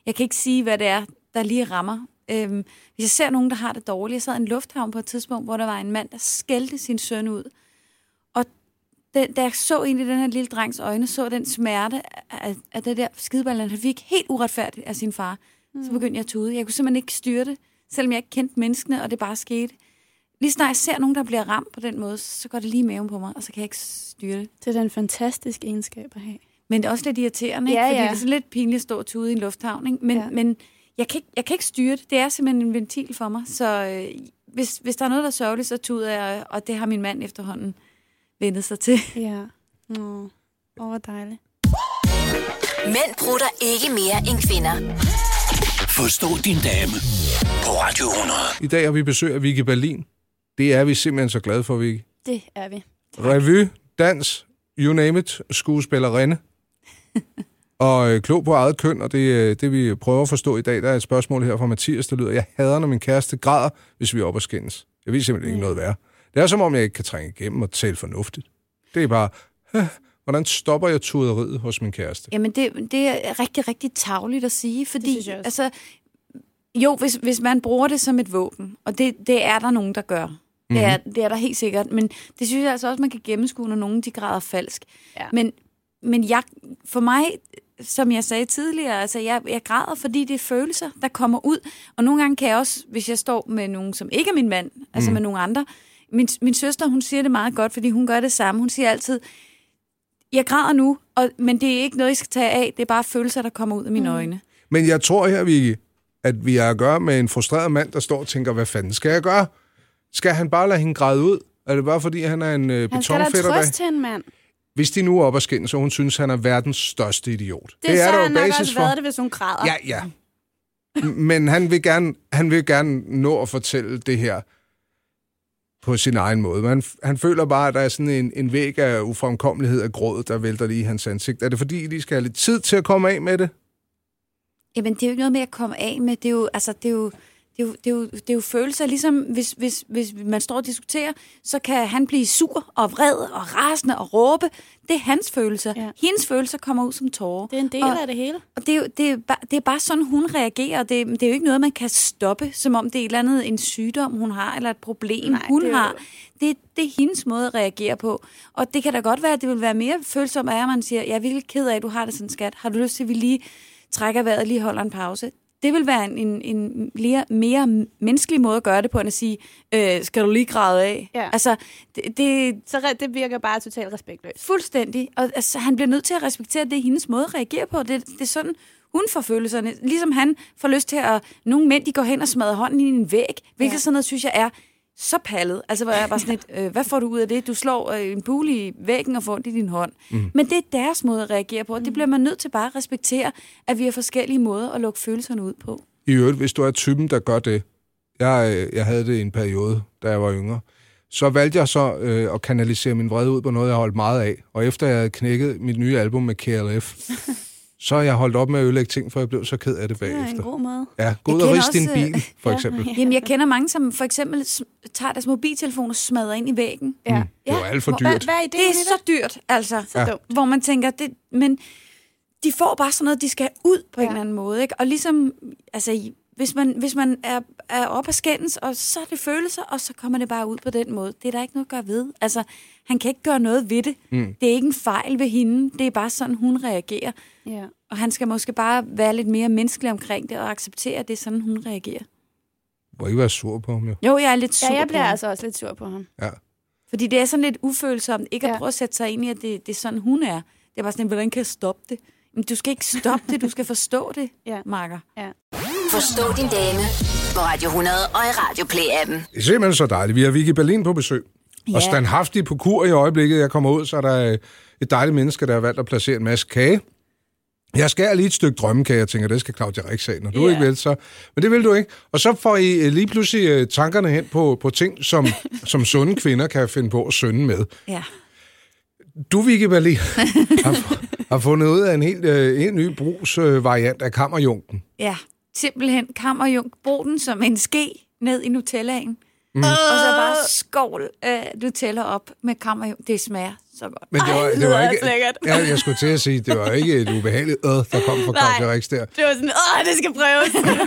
Speaker 5: jeg kan ikke sige, hvad det er, der lige rammer. Øhm, hvis jeg ser nogen, der har det dårligt. Jeg sad i en lufthavn på et tidspunkt, hvor der var en mand, der skældte sin søn ud den, da jeg så ind i den her lille drengs øjne, så den smerte af, af det der skideballen, han fik helt uretfærdigt af sin far, mm. så begyndte jeg at tude. Jeg kunne simpelthen ikke styre det, selvom jeg ikke kendte menneskene, og det bare skete. Lige snart jeg ser nogen, der bliver ramt på den måde, så går det lige i maven på mig, og så kan jeg ikke styre det.
Speaker 4: Det er da en fantastisk egenskab at have.
Speaker 5: Men det er også lidt irriterende, ikke?
Speaker 4: Ja,
Speaker 5: fordi
Speaker 4: ja.
Speaker 5: det er sådan lidt pinligt at stå og tude i en lufthavn. Ikke? Men,
Speaker 4: Ja.
Speaker 5: ja. men jeg, kan ikke, jeg kan ikke styre det. Det er simpelthen en ventil for mig. Så øh, hvis, hvis der er noget, der er sørgeligt, så tuder jeg, og det har min mand efterhånden vendet sig til.
Speaker 4: Ja. Åh, oh, hvor dejligt.
Speaker 1: Mænd bruger ikke mere end kvinder.
Speaker 2: Forstå din dame på Radio 100.
Speaker 3: I dag har vi besøg af Vicky Berlin. Det er vi simpelthen så glade for, Vicky.
Speaker 4: Det er vi.
Speaker 3: Revy, dans, you name it, skuespillerinde. og øh, klog på eget køn, og det, øh, det vi prøver at forstå i dag, der er et spørgsmål her fra Mathias, der lyder, jeg hader, når min kæreste græder, hvis vi er oppe og skændes. Jeg ved simpelthen ikke noget værre. Det er som om, jeg ikke kan trænge igennem og tale fornuftigt. Det er bare, hvordan stopper jeg tuderiet hos min kæreste?
Speaker 5: Jamen, det, det er rigtig, rigtig tavligt at sige, fordi...
Speaker 4: synes jeg også.
Speaker 5: altså, jo, hvis, hvis man bruger det som et våben, og det, det er der nogen, der gør. Mm-hmm. Det, er, det er der helt sikkert, men det synes jeg altså også, man kan gennemskue, når nogen de græder falsk.
Speaker 4: Ja.
Speaker 5: Men, men jeg, for mig, som jeg sagde tidligere, altså jeg, jeg græder, fordi det er følelser, der kommer ud. Og nogle gange kan jeg også, hvis jeg står med nogen, som ikke er min mand, altså med nogle andre. Min, min søster, hun siger det meget godt, fordi hun gør det samme. Hun siger altid, jeg græder nu, og, men det er ikke noget, I skal tage af. Det er bare følelser, der kommer ud af mine mm. øjne.
Speaker 3: Men jeg tror her, Vicky, at vi har at gøre med en frustreret mand, der står og tænker, hvad fanden skal jeg gøre? Skal han bare lade hende græde ud? Er det bare fordi, han er en øh,
Speaker 4: Han skal da
Speaker 3: betonfætter?
Speaker 4: trøst
Speaker 3: der-
Speaker 4: til en mand. Det,
Speaker 3: Hvis de nu er oppe og skændes, så hun synes, han er verdens største idiot.
Speaker 4: det så
Speaker 3: er der
Speaker 4: har
Speaker 3: jo
Speaker 4: nok
Speaker 3: basis
Speaker 4: også
Speaker 3: for.
Speaker 4: været det, hvis hun græder.
Speaker 3: Ja, ja. M- Men han vil, gerne, han vil gerne nå at fortælle det her på sin egen måde. Men han, han føler bare, at der er sådan en, en væg af ufremkommelighed af gråd, der vælter lige i hans ansigt. Er det fordi, I lige skal have lidt tid til at komme af med det?
Speaker 5: Jamen, det er jo ikke noget med at komme af med. Det er jo, altså, det er jo, det er jo, det er jo, det er jo følelser. Ligesom hvis, hvis, hvis man står og diskuterer, så kan han blive sur og vred og rasende og råbe. Det er hans følelser.
Speaker 4: Ja.
Speaker 5: Ja. Hendes følelser kommer ud som tårer.
Speaker 4: Det er en del
Speaker 5: og,
Speaker 4: af det hele.
Speaker 5: Og det er, jo, det, er bare, det er bare sådan, hun reagerer. Det, det er jo ikke noget, man kan stoppe, som om det er et eller andet en sygdom, hun har, eller et problem,
Speaker 4: Nej,
Speaker 5: Nej, hun
Speaker 4: det er
Speaker 5: det
Speaker 4: jo-
Speaker 5: har. Det, det er hendes måde at reagere på. Og det kan da godt være, at det vil være mere følsomt af, at man siger, jeg er virkelig ked af, at du har det sådan, skat. Har du lyst til, at vi lige trækker vejret og lige holder en pause? Det vil være en, en, en mere, mere menneskelig måde at gøre det på, end at sige, øh, skal du lige græde af?
Speaker 4: Ja.
Speaker 5: Altså, det, det,
Speaker 4: Så re- det virker bare totalt respektløst.
Speaker 5: Fuldstændig. Og altså, han bliver nødt til at respektere, at det er hendes måde at reagere på. Det, det er sådan, hun får følelserne. Ligesom han får lyst til at... Nogle mænd, de går hen og smadrer hånden i en væg, hvilket
Speaker 4: Ja.
Speaker 5: ja. sådan noget, synes jeg er så pallet. Altså, hvor jeg er bare sådan lidt, øh, hvad får du ud af det? Du slår øh, en bule i væggen og får ondt i din hånd. Mm. Men det er deres måde at reagere på, og
Speaker 4: Mm.
Speaker 5: det bliver man nødt til bare at respektere, at vi har forskellige måder at lukke følelserne ud på.
Speaker 3: I øvrigt, hvis du er typen, der gør det. Jeg, øh, jeg havde det i en periode, da jeg var yngre. Så valgte jeg så øh, at kanalisere min vrede ud på noget, jeg holdt meget af. Og efter jeg havde knækket mit nye album med KLF, så har jeg holdt op med at ødelægge ting, for jeg blev så ked af det
Speaker 4: Det er en
Speaker 3: bagefter.
Speaker 4: god måde.
Speaker 3: Ja, gå ud
Speaker 5: Jeg
Speaker 3: og
Speaker 5: kender
Speaker 3: rist din
Speaker 5: også, øh,
Speaker 3: bil, for eksempel.
Speaker 4: Ja.
Speaker 5: Jamen, jeg kender mange, som for eksempel s- tager deres mobiltelefon og smadrer ind i væggen.
Speaker 4: Ja.
Speaker 3: Det var alt for
Speaker 5: Hvor-
Speaker 4: Hvad,
Speaker 3: dyrt.
Speaker 4: hvad er
Speaker 5: Det
Speaker 4: ideen
Speaker 5: er
Speaker 4: i
Speaker 5: så dyrt, altså.
Speaker 4: Så
Speaker 3: Ja.
Speaker 4: dumt.
Speaker 5: hvor man tænker, det, men de får bare sådan noget, de skal have ud på ja.
Speaker 4: Ja.
Speaker 5: en eller anden måde. Ikke? Og ligesom, altså, i- hvis man, hvis man er, er op af skændens, og så er det følelser, og så kommer det bare ud på den måde. Det er der ikke noget at gøre ved. Altså, han kan ikke gøre noget ved det. Mm. Det er ikke en fejl ved hende. Det er bare sådan, hun reagerer.
Speaker 4: Ja.
Speaker 5: Og han skal måske bare være lidt mere menneskelig omkring det, og acceptere, at det er sådan, hun reagerer.
Speaker 3: Må ikke være sur på ham, jo.
Speaker 5: Jo, jeg er lidt sur
Speaker 4: ja, jeg
Speaker 5: på
Speaker 4: bliver
Speaker 5: hende.
Speaker 4: altså også lidt sur på ham.
Speaker 3: Ja.
Speaker 5: Fordi det er sådan lidt ufølsomt, ikke
Speaker 4: Ja.
Speaker 5: at prøve at sætte sig ind i, at det, det er sådan, hun er. Det er bare sådan, hvordan kan jeg stoppe det? Men du skal ikke stoppe det, du skal forstå det,
Speaker 4: Ja.
Speaker 5: Marker.
Speaker 1: Forstå din dame på Radio 100 og i Radio Play-appen.
Speaker 3: Det er simpelthen så dejligt. Vi har Vicky Berlin på besøg. Ja. Og standhaftig på kur i øjeblikket. Jeg kommer ud, så er der øh, et dejligt menneske, der har valgt at placere en masse kage. Jeg skærer lige et stykke drømmekage, jeg tænker, det skal Claudia Rix have, når du
Speaker 4: Ja.
Speaker 3: yeah. ikke vil, så... Men det vil du ikke. Og så får I øh, lige pludselig øh, tankerne hen på, på ting, som, som sunde kvinder kan finde på at sønde med.
Speaker 5: Ja.
Speaker 3: Du, Vicky Berlin, har, har fundet ud af en helt, øh, helt ny brugsvariant øh, variant af kammerjunken.
Speaker 5: ja. Simpelthen kammerjunk. Brug den som en ske ned i Nutellaen. Mm. Og så bare skål øh, Nutella op med kammerjunk. Det smager så godt.
Speaker 3: Men det var, det var
Speaker 4: lyder
Speaker 3: ikke,
Speaker 4: også lækkert.
Speaker 3: Ja, jeg skulle til at sige, det var ikke et ubehageligt øh, der kom fra
Speaker 4: Nej.
Speaker 3: Claudia Rix der.
Speaker 4: Det var sådan, åh, det skal prøves.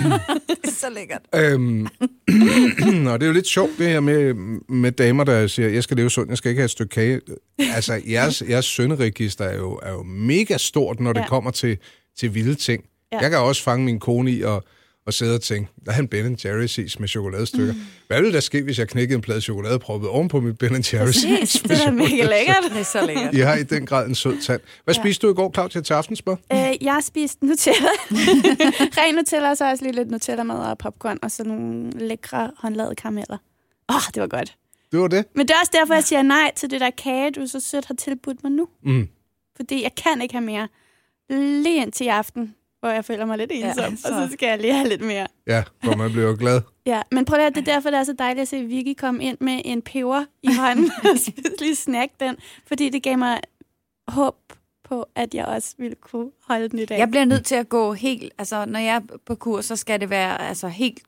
Speaker 5: Det er så lækkert.
Speaker 3: Øhm, og det er jo lidt sjovt det her med, med damer, der siger, jeg skal leve sundt, jeg skal ikke have et stykke kage. Altså, jeres, jeres sønderegister er jo, er jo mega stort, når det
Speaker 4: Ja.
Speaker 3: ja. kommer til, til vilde ting.
Speaker 4: Ja.
Speaker 3: Ja. Jeg kan også fange min kone i og, og sidde og tænke, der er en Ben Jerry's is med chokoladestykker. Mm. Hvad ville der ske, hvis jeg knækkede en plade chokolade og proppede ovenpå mit Ben Jerry's is?
Speaker 4: det er da mega lækkert.
Speaker 5: Det er så lækkert.
Speaker 3: I har i den grad en sød tand. Hvad ja. spiste du i går, Claudia, til aftensmad?
Speaker 4: Øh, jeg spiste Nutella. Ren Nutella, og så også lige lidt Nutella med og popcorn, og så nogle lækre håndlavede karameller. Åh, oh, det var godt.
Speaker 3: Det var det.
Speaker 4: Men det er også derfor, jeg siger nej til det der kage, du så sødt har tilbudt mig nu.
Speaker 3: Mm.
Speaker 4: Fordi jeg kan ikke have mere. Lige indtil i aften, hvor jeg føler mig lidt ensom, ja,
Speaker 5: så-
Speaker 4: så. og så skal jeg lige have lidt mere.
Speaker 3: Ja, for man bliver jo glad.
Speaker 4: Ja, men prøv at høre, det er derfor, det er så dejligt at se Vicky komme ind med en peber i hånden og spise- lige snakke den, fordi det gav mig håb på, at jeg også ville kunne holde den i dag.
Speaker 5: Jeg bliver nødt til at gå helt, altså når jeg er på kurs, så skal det være altså helt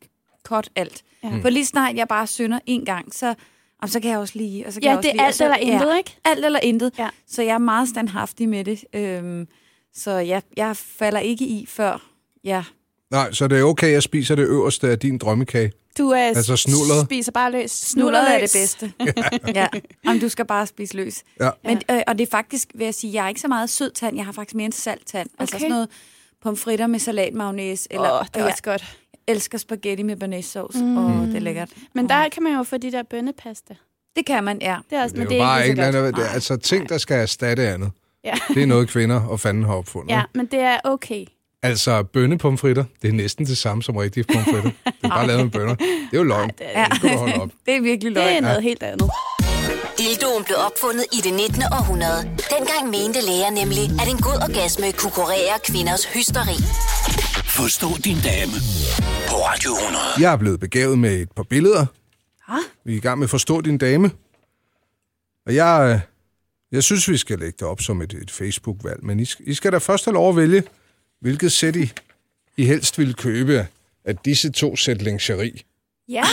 Speaker 5: kort alt.
Speaker 4: Ja.
Speaker 5: For lige snart jeg bare synder en gang, så, og så kan jeg også lige, og så kan
Speaker 4: Altså, ja,
Speaker 5: jeg også
Speaker 4: det er
Speaker 5: lige, og
Speaker 4: alt
Speaker 5: så,
Speaker 4: eller
Speaker 5: ja,
Speaker 4: intet, ikke?
Speaker 5: alt eller intet.
Speaker 4: Ja.
Speaker 5: Så jeg er meget standhaftig med det. Øhm, så jeg, jeg falder ikke i før. Ja.
Speaker 3: Nej, så det er okay, at jeg spiser det øverste af din drømmekage.
Speaker 4: Du er
Speaker 3: Altså snulleret.
Speaker 4: spiser bare løs.
Speaker 5: Snulleret er det
Speaker 4: løs.
Speaker 5: bedste. ja. Om du skal bare spise løs.
Speaker 3: Ja.
Speaker 5: Men, øh, og det er faktisk, vil jeg sige, jeg er ikke så meget sød tand, jeg har faktisk mere en salt tand. Okay. Altså
Speaker 4: Okay.
Speaker 5: sådan noget pomfritter med salatmagnæs, eller
Speaker 4: Åh, oh, det er
Speaker 5: og
Speaker 4: også godt.
Speaker 5: jeg elsker spaghetti med bearnaisesauce, mm. og det er lækkert.
Speaker 4: Men der kan man jo få de der bønnepasta.
Speaker 5: Det kan man, ja.
Speaker 4: Det er også,
Speaker 3: Det er
Speaker 4: men
Speaker 3: jo bare
Speaker 4: lige
Speaker 3: ikke
Speaker 4: så godt.
Speaker 3: andet. Altså ting, der skal erstatte andet.
Speaker 4: Ja.
Speaker 3: Det er noget, kvinder og fanden har opfundet.
Speaker 4: ja, men det er okay.
Speaker 3: Altså, bønnepomfritter, det er næsten det samme som rigtige pomfritter. Det er bare lavet med bønner. Det er jo løgn.
Speaker 4: det er
Speaker 3: Det skal du holde op.
Speaker 5: Det er virkelig
Speaker 4: Det
Speaker 5: løgn.
Speaker 4: er noget helt andet.
Speaker 1: Dildoen blev opfundet i det 19. århundrede. Dengang mente læger nemlig, at en god orgasme kunne kurere kvinders hysteri.
Speaker 2: Forstå din dame på Radio 100.
Speaker 3: Jeg er blevet begavet med et par billeder.
Speaker 4: Ah.
Speaker 3: Vi er i gang med at forstå din dame. Og jeg, øh, jeg synes, vi skal lægge det op som et, et Facebook-valg. Men I, sk- I skal da først have lov at vælge, hvilket sæt I, I helst ville købe af disse to sæt lingerie.
Speaker 4: Ja,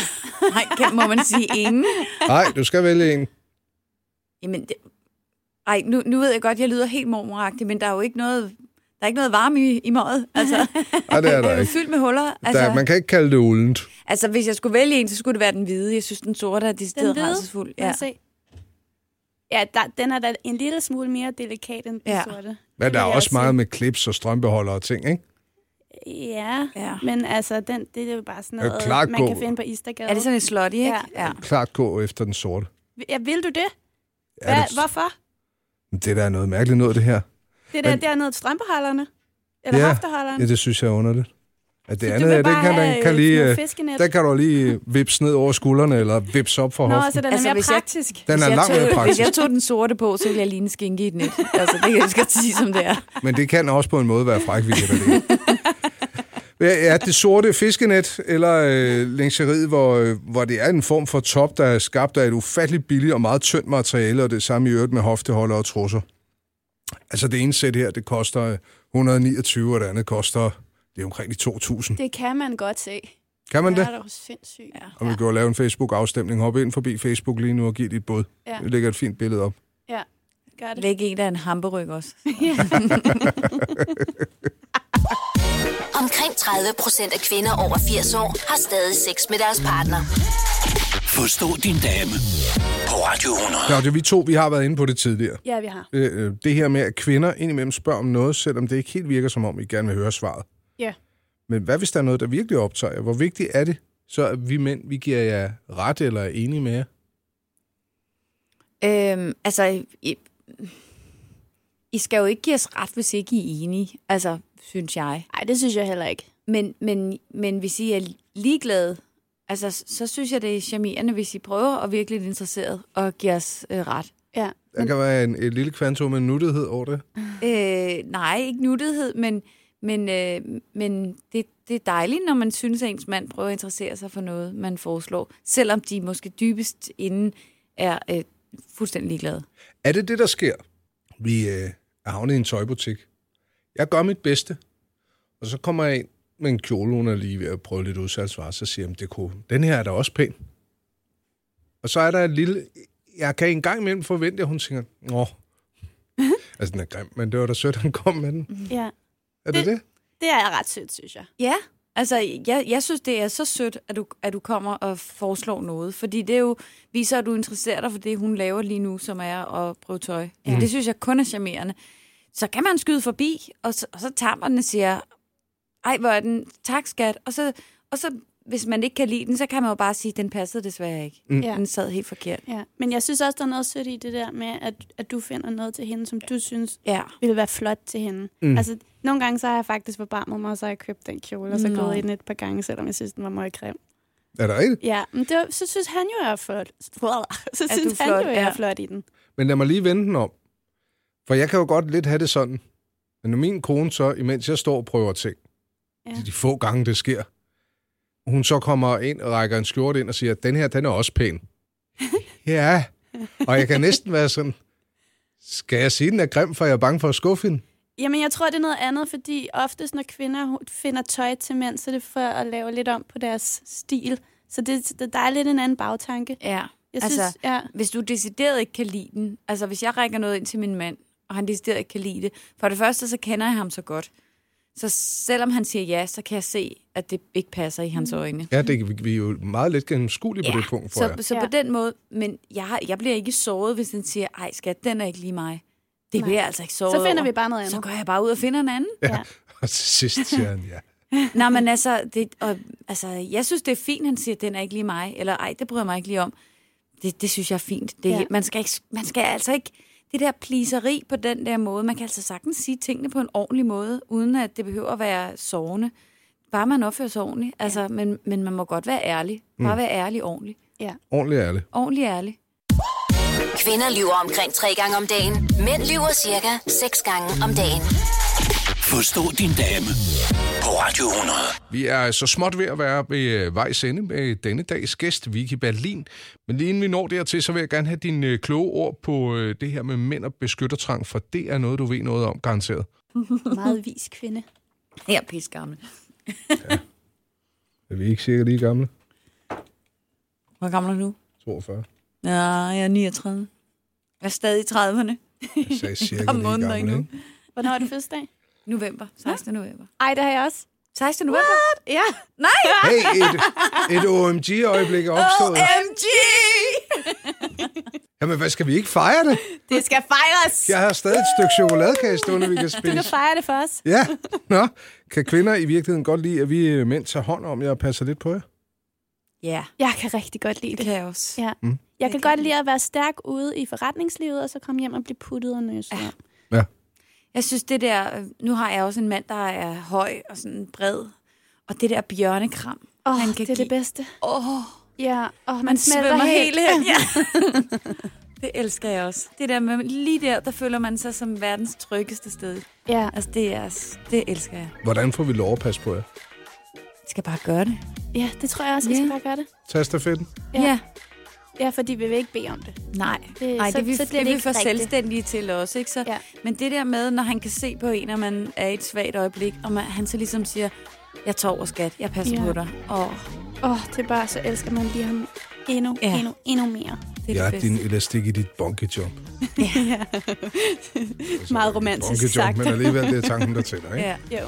Speaker 5: Nej, kan, må man sige ingen?
Speaker 3: Nej, du skal vælge en.
Speaker 5: Jamen, det, ej, nu, nu ved jeg godt, jeg lyder helt mormoragtig, men der er jo ikke noget, der er ikke noget varme i, i møget. Altså,
Speaker 3: Nej, det er
Speaker 5: det
Speaker 3: der
Speaker 5: er jo
Speaker 3: ikke.
Speaker 5: fyldt med huller. Altså,
Speaker 3: Der, man kan ikke kalde det uldent.
Speaker 5: altså, hvis jeg skulle vælge en, så skulle det være den hvide. Jeg synes, den sorte er
Speaker 4: den
Speaker 5: decideret
Speaker 4: hvide.
Speaker 5: rædselsfuld.
Speaker 4: Ja.
Speaker 5: Ja.
Speaker 4: Se. Ja, der, den er da en lille smule mere delikat end den
Speaker 5: Ja.
Speaker 4: ja. sorte.
Speaker 3: Men
Speaker 4: Det
Speaker 3: der er
Speaker 4: vil jeg
Speaker 3: også
Speaker 4: sige.
Speaker 3: meget med klips og strømbeholder og ting, ikke?
Speaker 4: Ja,
Speaker 5: Ja.
Speaker 4: ja. men altså, den, det er jo bare sådan
Speaker 3: Er det
Speaker 4: noget,
Speaker 3: klart
Speaker 4: man
Speaker 3: god?
Speaker 4: kan finde på Istergade.
Speaker 5: Er det sådan et slutty, ikke?
Speaker 4: Ja.
Speaker 5: ja.
Speaker 3: Klart gå efter den sorte.
Speaker 4: Ja, vil du det?
Speaker 3: Er
Speaker 4: Hva,
Speaker 3: det-
Speaker 4: Hvorfor?
Speaker 3: Men Det der er noget mærkeligt noget, det her.
Speaker 4: Det
Speaker 3: Men-
Speaker 4: der, men... der er noget strømpeholderne. Eller
Speaker 3: Ja.
Speaker 4: ja.
Speaker 3: Ja,
Speaker 4: hofteholderne.
Speaker 3: det synes jeg er underligt. At det
Speaker 4: Så du
Speaker 3: andet
Speaker 4: vil
Speaker 3: her, det
Speaker 4: bare
Speaker 3: kan, den
Speaker 4: have,
Speaker 3: kan
Speaker 4: øh,
Speaker 3: lige...
Speaker 4: sådan
Speaker 3: øh,
Speaker 4: noget fiskenet?
Speaker 3: Der kan du lige vips ned over skuldrene, eller vips op for
Speaker 4: Nå,
Speaker 3: hoften.
Speaker 4: så den er
Speaker 5: Altså,
Speaker 4: mere
Speaker 5: hvis jeg-
Speaker 4: praktisk.
Speaker 3: Den er
Speaker 5: Hvis jeg
Speaker 3: langt mere
Speaker 5: tog- Hvis
Speaker 3: praktisk,
Speaker 5: jeg tog den sorte på, så ville jeg ligne en skinke i et net. Altså, det kan jeg skal sige, som det er.
Speaker 3: men det kan også på en måde være fræk, vi kan Ja, det sorte fiskenet, eller øh, lingeriet, hvor, øh, hvor det er en form for top, der er skabt af et ufatteligt billigt og meget tyndt materiale, og det samme i øvrigt med hofteholder og trusser. Altså det ene sæt her, det koster øh, 129, og det andet koster, det er omkring de 2.000.
Speaker 4: Det kan man godt se.
Speaker 3: Kan man
Speaker 4: det
Speaker 3: øh. det?
Speaker 4: er dog sindssygt. Ja.
Speaker 3: Og vi kan jo lave en Facebook-afstemning. Hop ind forbi Facebook lige nu og giv dit bud. Ja.
Speaker 4: Ja.
Speaker 3: Vi lægger et fint billede op.
Speaker 4: ja, gør det.
Speaker 5: Læg en, der er en hamperyg også.
Speaker 1: Omkring 30 procent af kvinder over 80 år har stadig sex med deres partner.
Speaker 2: Forstå din dame på Radio 100.
Speaker 3: Claudia, vi to vi har været inde på det tidligere.
Speaker 4: Ja, vi har.
Speaker 3: Øh, øh, Det her med, at kvinder indimellem spørger om noget, selvom det ikke helt virker som om, I gerne vil høre svaret.
Speaker 4: Ja.
Speaker 3: Men hvad hvis der er noget, der virkelig optager jer? Hvor vigtigt er det, så at vi mænd, vi giver jer ret eller er enige med jer?
Speaker 5: Øhm, altså, I, I skal jo ikke give os ret, hvis ikke I er enige, altså, synes jeg.
Speaker 4: Nej, det synes jeg heller ikke.
Speaker 5: Men, men, men hvis I er ligeglade, altså, s- så synes jeg, det er charmerende, hvis I prøver og virkelig er interesseret og giver os øh, ret.
Speaker 4: Ja.
Speaker 3: Der kan være en, et lille kvantum af nuttighed over det.
Speaker 5: Øh, nej, ikke nuttighed, men, men, øh, men det, det er dejligt, når man synes, at ens mand prøver at interessere sig for noget, man foreslår, selvom de måske dybest inden er øh, fuldstændig ligeglade.
Speaker 3: Er det det, der sker? Vi øh, er havnet i en tøjbutik. Jeg gør mit bedste, og så kommer jeg ind med en kjole, hun er lige ved at prøve lidt udsalgsvarer, så siger jeg, det kunne, den her er da også pæn. Og så er der et lille... Jeg kan en gang imellem forvente, at hun tænker, nå, altså den er grim, men det var da sødt, han kom med den.
Speaker 4: ja.
Speaker 3: Er det det?
Speaker 4: Mm. Det er ret sødt, synes jeg.
Speaker 5: Ja, altså jeg, jeg synes, det er så sødt, at du, at du kommer og foreslår noget. Fordi det er jo viser, at du interesserer dig for det, hun laver lige nu, som er at prøve tøj. Ja. Det synes jeg kun er charmerende. Så kan man skyde forbi, og så, og så tager man den og siger, ej, hvor er den, tak skat. Og så, og så, hvis man ikke kan lide den, så kan man jo bare sige, den passede desværre ikke. Mm.
Speaker 4: Ja.
Speaker 5: Den sad helt forkert.
Speaker 4: Ja. Men jeg synes også, der er noget sødt i det der med, at, at du finder noget til hende, som du synes
Speaker 5: Ja.
Speaker 4: ville være flot til hende. Mm. Altså, nogle gange så har jeg faktisk forbarmet mig, og så har jeg købt den kjole, og så
Speaker 5: Nå.
Speaker 4: gået i den et par gange, selvom jeg synes, den var meget grim.
Speaker 3: Er det rigtigt?
Speaker 4: Ja, men det, var- så synes han jo, jeg er flot. Så
Speaker 5: du
Speaker 4: synes
Speaker 5: er
Speaker 4: han
Speaker 5: flot,
Speaker 4: jo, jeg
Speaker 5: ja.
Speaker 4: er flot i den.
Speaker 3: Men lad mig lige vende den om. For jeg kan jo godt lidt have det sådan, Men når min kone så, imens jeg står og prøver ting,
Speaker 4: Ja.
Speaker 3: ja. de få gange det sker, hun så kommer ind og rækker en skjorte ind og siger, den her, den er også pæn. ja, og jeg kan næsten være sådan, skal jeg sige, den er grim, for jeg er bange for at skuffe hende?
Speaker 4: Jamen, jeg tror, det er noget andet, fordi oftest, når kvinder hu- finder tøj til mænd, så er det for at lave lidt om på deres stil. Så det, det, der er lidt en anden bagtanke.
Speaker 5: Ja.
Speaker 4: Jeg
Speaker 5: altså,
Speaker 4: synes,
Speaker 5: synes,
Speaker 4: ja.
Speaker 5: hvis du decideret ikke kan lide den, altså hvis jeg rækker noget ind til min mand, og han decideret ikke kan lide det, for det første, så kender jeg ham så godt. Så selvom han siger ja, så kan jeg se, at det ikke passer i
Speaker 4: Mm.
Speaker 5: hans øjne.
Speaker 3: Ja, det, vi, vi er jo meget lidt gennemskuelige på det punkt, for
Speaker 5: Så,
Speaker 3: jeg.
Speaker 5: så på den måde, men jeg, har- jeg bliver ikke såret, hvis han siger, ej skat, den er ikke lige mig. Det bliver jeg altså ikke såret
Speaker 4: Så finder
Speaker 5: over.
Speaker 4: vi bare noget andet.
Speaker 5: Så går jeg bare ud og finder en anden.
Speaker 4: Ja.
Speaker 3: Og til sidst siger han ja.
Speaker 5: Nej, men altså, det, og, altså, jeg synes, det er fint, han siger, den er ikke lige mig, eller ej, det bryder jeg mig ikke lige om. Det, det synes jeg er fint. Det,
Speaker 4: Ja.
Speaker 5: ja. man, skal ikke, man skal altså ikke... Det der pliseri på den der måde, man kan altså sagtens sige tingene på en ordentlig måde, uden at det behøver at være sovende. Bare man opfører sig ordentligt. Altså, ja. men, men man må godt være ærlig. Bare være ærlig ordentligt.
Speaker 4: ja.
Speaker 3: Ordentligt ærligt.
Speaker 5: Ordentlig ærlig.
Speaker 1: Kvinder lyver omkring tre gange om dagen. Mænd lyver cirka 6 gange om dagen.
Speaker 2: Forstå din dame på Radio 100.
Speaker 3: Vi er så småt ved at være ved øh, vejs ende med denne dags gæst, Vicky Berlin. Men lige inden vi når dertil, så vil jeg gerne have dine øh, kloge ord på øh, det her med mænd og beskyttertrang, for det er noget, du ved noget om, garanteret.
Speaker 4: Meget vis kvinde.
Speaker 5: Jeg er pisgammel.
Speaker 3: Er vi ikke cirka lige gamle?
Speaker 5: Hvor gammel er du?
Speaker 3: 42.
Speaker 5: Ja, jeg er 39. Jeg er stadig i 30'erne.
Speaker 3: Jeg sagde cirka
Speaker 5: Om måneder endnu.
Speaker 4: Hvornår er det fødselsdag?
Speaker 5: November. 16. november.
Speaker 4: Ej, det har jeg også.
Speaker 5: 16. november?
Speaker 4: Ja.
Speaker 3: Hey, et, et OMG-øjeblik er opstået.
Speaker 5: OMG!
Speaker 3: Jamen, hvad skal vi ikke fejre det?
Speaker 4: Det skal fejres.
Speaker 3: Jeg har stadig et stykke chokoladekage stående, vi kan
Speaker 4: Du kan
Speaker 3: spise.
Speaker 4: fejre det for os.
Speaker 3: Ja, nå. Kan kvinder i virkeligheden godt lide, at vi øh, mænd tager hånd om jer og passer lidt på jer?
Speaker 5: Ja,
Speaker 4: Jeg kan rigtig godt lide
Speaker 5: det
Speaker 4: det.
Speaker 5: kan jeg også.
Speaker 4: Ja. Mm. Jeg kan godt lide at være stærk ude i forretningslivet, og så komme hjem og blive puttet og nøs. Ja.
Speaker 3: Ja.
Speaker 5: Jeg synes det der, øh, nu har jeg også en mand, der er høj og sådan bred, og det der bjørnekram,
Speaker 4: Oh,
Speaker 5: han kan
Speaker 4: det er det
Speaker 5: give.
Speaker 4: bedste.
Speaker 5: Åh, oh,
Speaker 4: Ja, og man,
Speaker 5: man
Speaker 4: smelter
Speaker 5: svømmer
Speaker 4: helt.
Speaker 5: hele hen. Ja. det elsker jeg også. Det der med, lige der, der føler man sig som verdens tryggeste sted.
Speaker 4: Ja.
Speaker 5: Altså det er, s- det elsker jeg.
Speaker 3: Hvordan får vi lov at passe på jer?
Speaker 5: Jeg skal bare gøre det.
Speaker 4: ja, det tror jeg også, jeg skal
Speaker 5: Ja.
Speaker 4: bare gøre det.
Speaker 3: Tag stafetten.
Speaker 4: Ja.
Speaker 5: Ja. ja.
Speaker 4: Ja, fordi vi vil ikke bede om det.
Speaker 5: Nej,
Speaker 4: Det-
Speaker 5: det, Ej,
Speaker 4: så-
Speaker 5: det, er vi,
Speaker 4: så
Speaker 5: så
Speaker 4: bliver det
Speaker 5: det er vi
Speaker 4: ikke
Speaker 5: for
Speaker 4: rigtigt.
Speaker 5: selvstændige til også. Ikke? Så,
Speaker 4: Ja.
Speaker 5: ja. Men det der med, når han kan se på en, og man er i et svagt øjeblik, og man, han så ligesom siger, jeg tager over skat, jeg passer
Speaker 4: Ja.
Speaker 5: ja. på dig. Og
Speaker 4: Åh, oh, det er bare, så elsker man lige ham endnu, ja.
Speaker 5: Ja.
Speaker 4: endnu, endnu mere.
Speaker 5: det er
Speaker 3: Jeg
Speaker 5: det
Speaker 3: er
Speaker 5: bedste.
Speaker 3: din elastik i dit bonkejump.
Speaker 4: Meget romantisk
Speaker 3: Bonkejump,
Speaker 4: sagt.
Speaker 3: men alligevel det er tanken, der tæller. Ikke?
Speaker 5: Ja.
Speaker 4: Jo.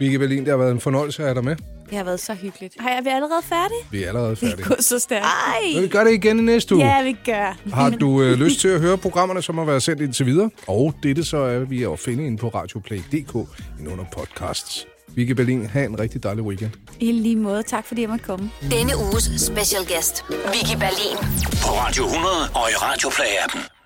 Speaker 3: Vicky Berlin, det har været en fornøjelse at have dig med.
Speaker 5: Det har været så hyggeligt.
Speaker 4: Hej, er vi allerede færdige?
Speaker 3: Vi er allerede færdige.
Speaker 5: Gået så stærkt.
Speaker 4: Ej!
Speaker 3: Så vi gør det igen i næste uge.
Speaker 4: Ja, vi gør.
Speaker 3: Uh. Har du øh, lyst til at høre programmerne, som har været sendt indtil videre? Og dette så er vi at finde inde på radioplay.dk ind under podcasts. Vicky Berlin, have en rigtig dejlig weekend.
Speaker 5: I lige måde. Tak fordi jeg måtte komme.
Speaker 1: Denne uges special guest, Vicky Berlin.
Speaker 2: På Radio 100 og i Radioplay-appen.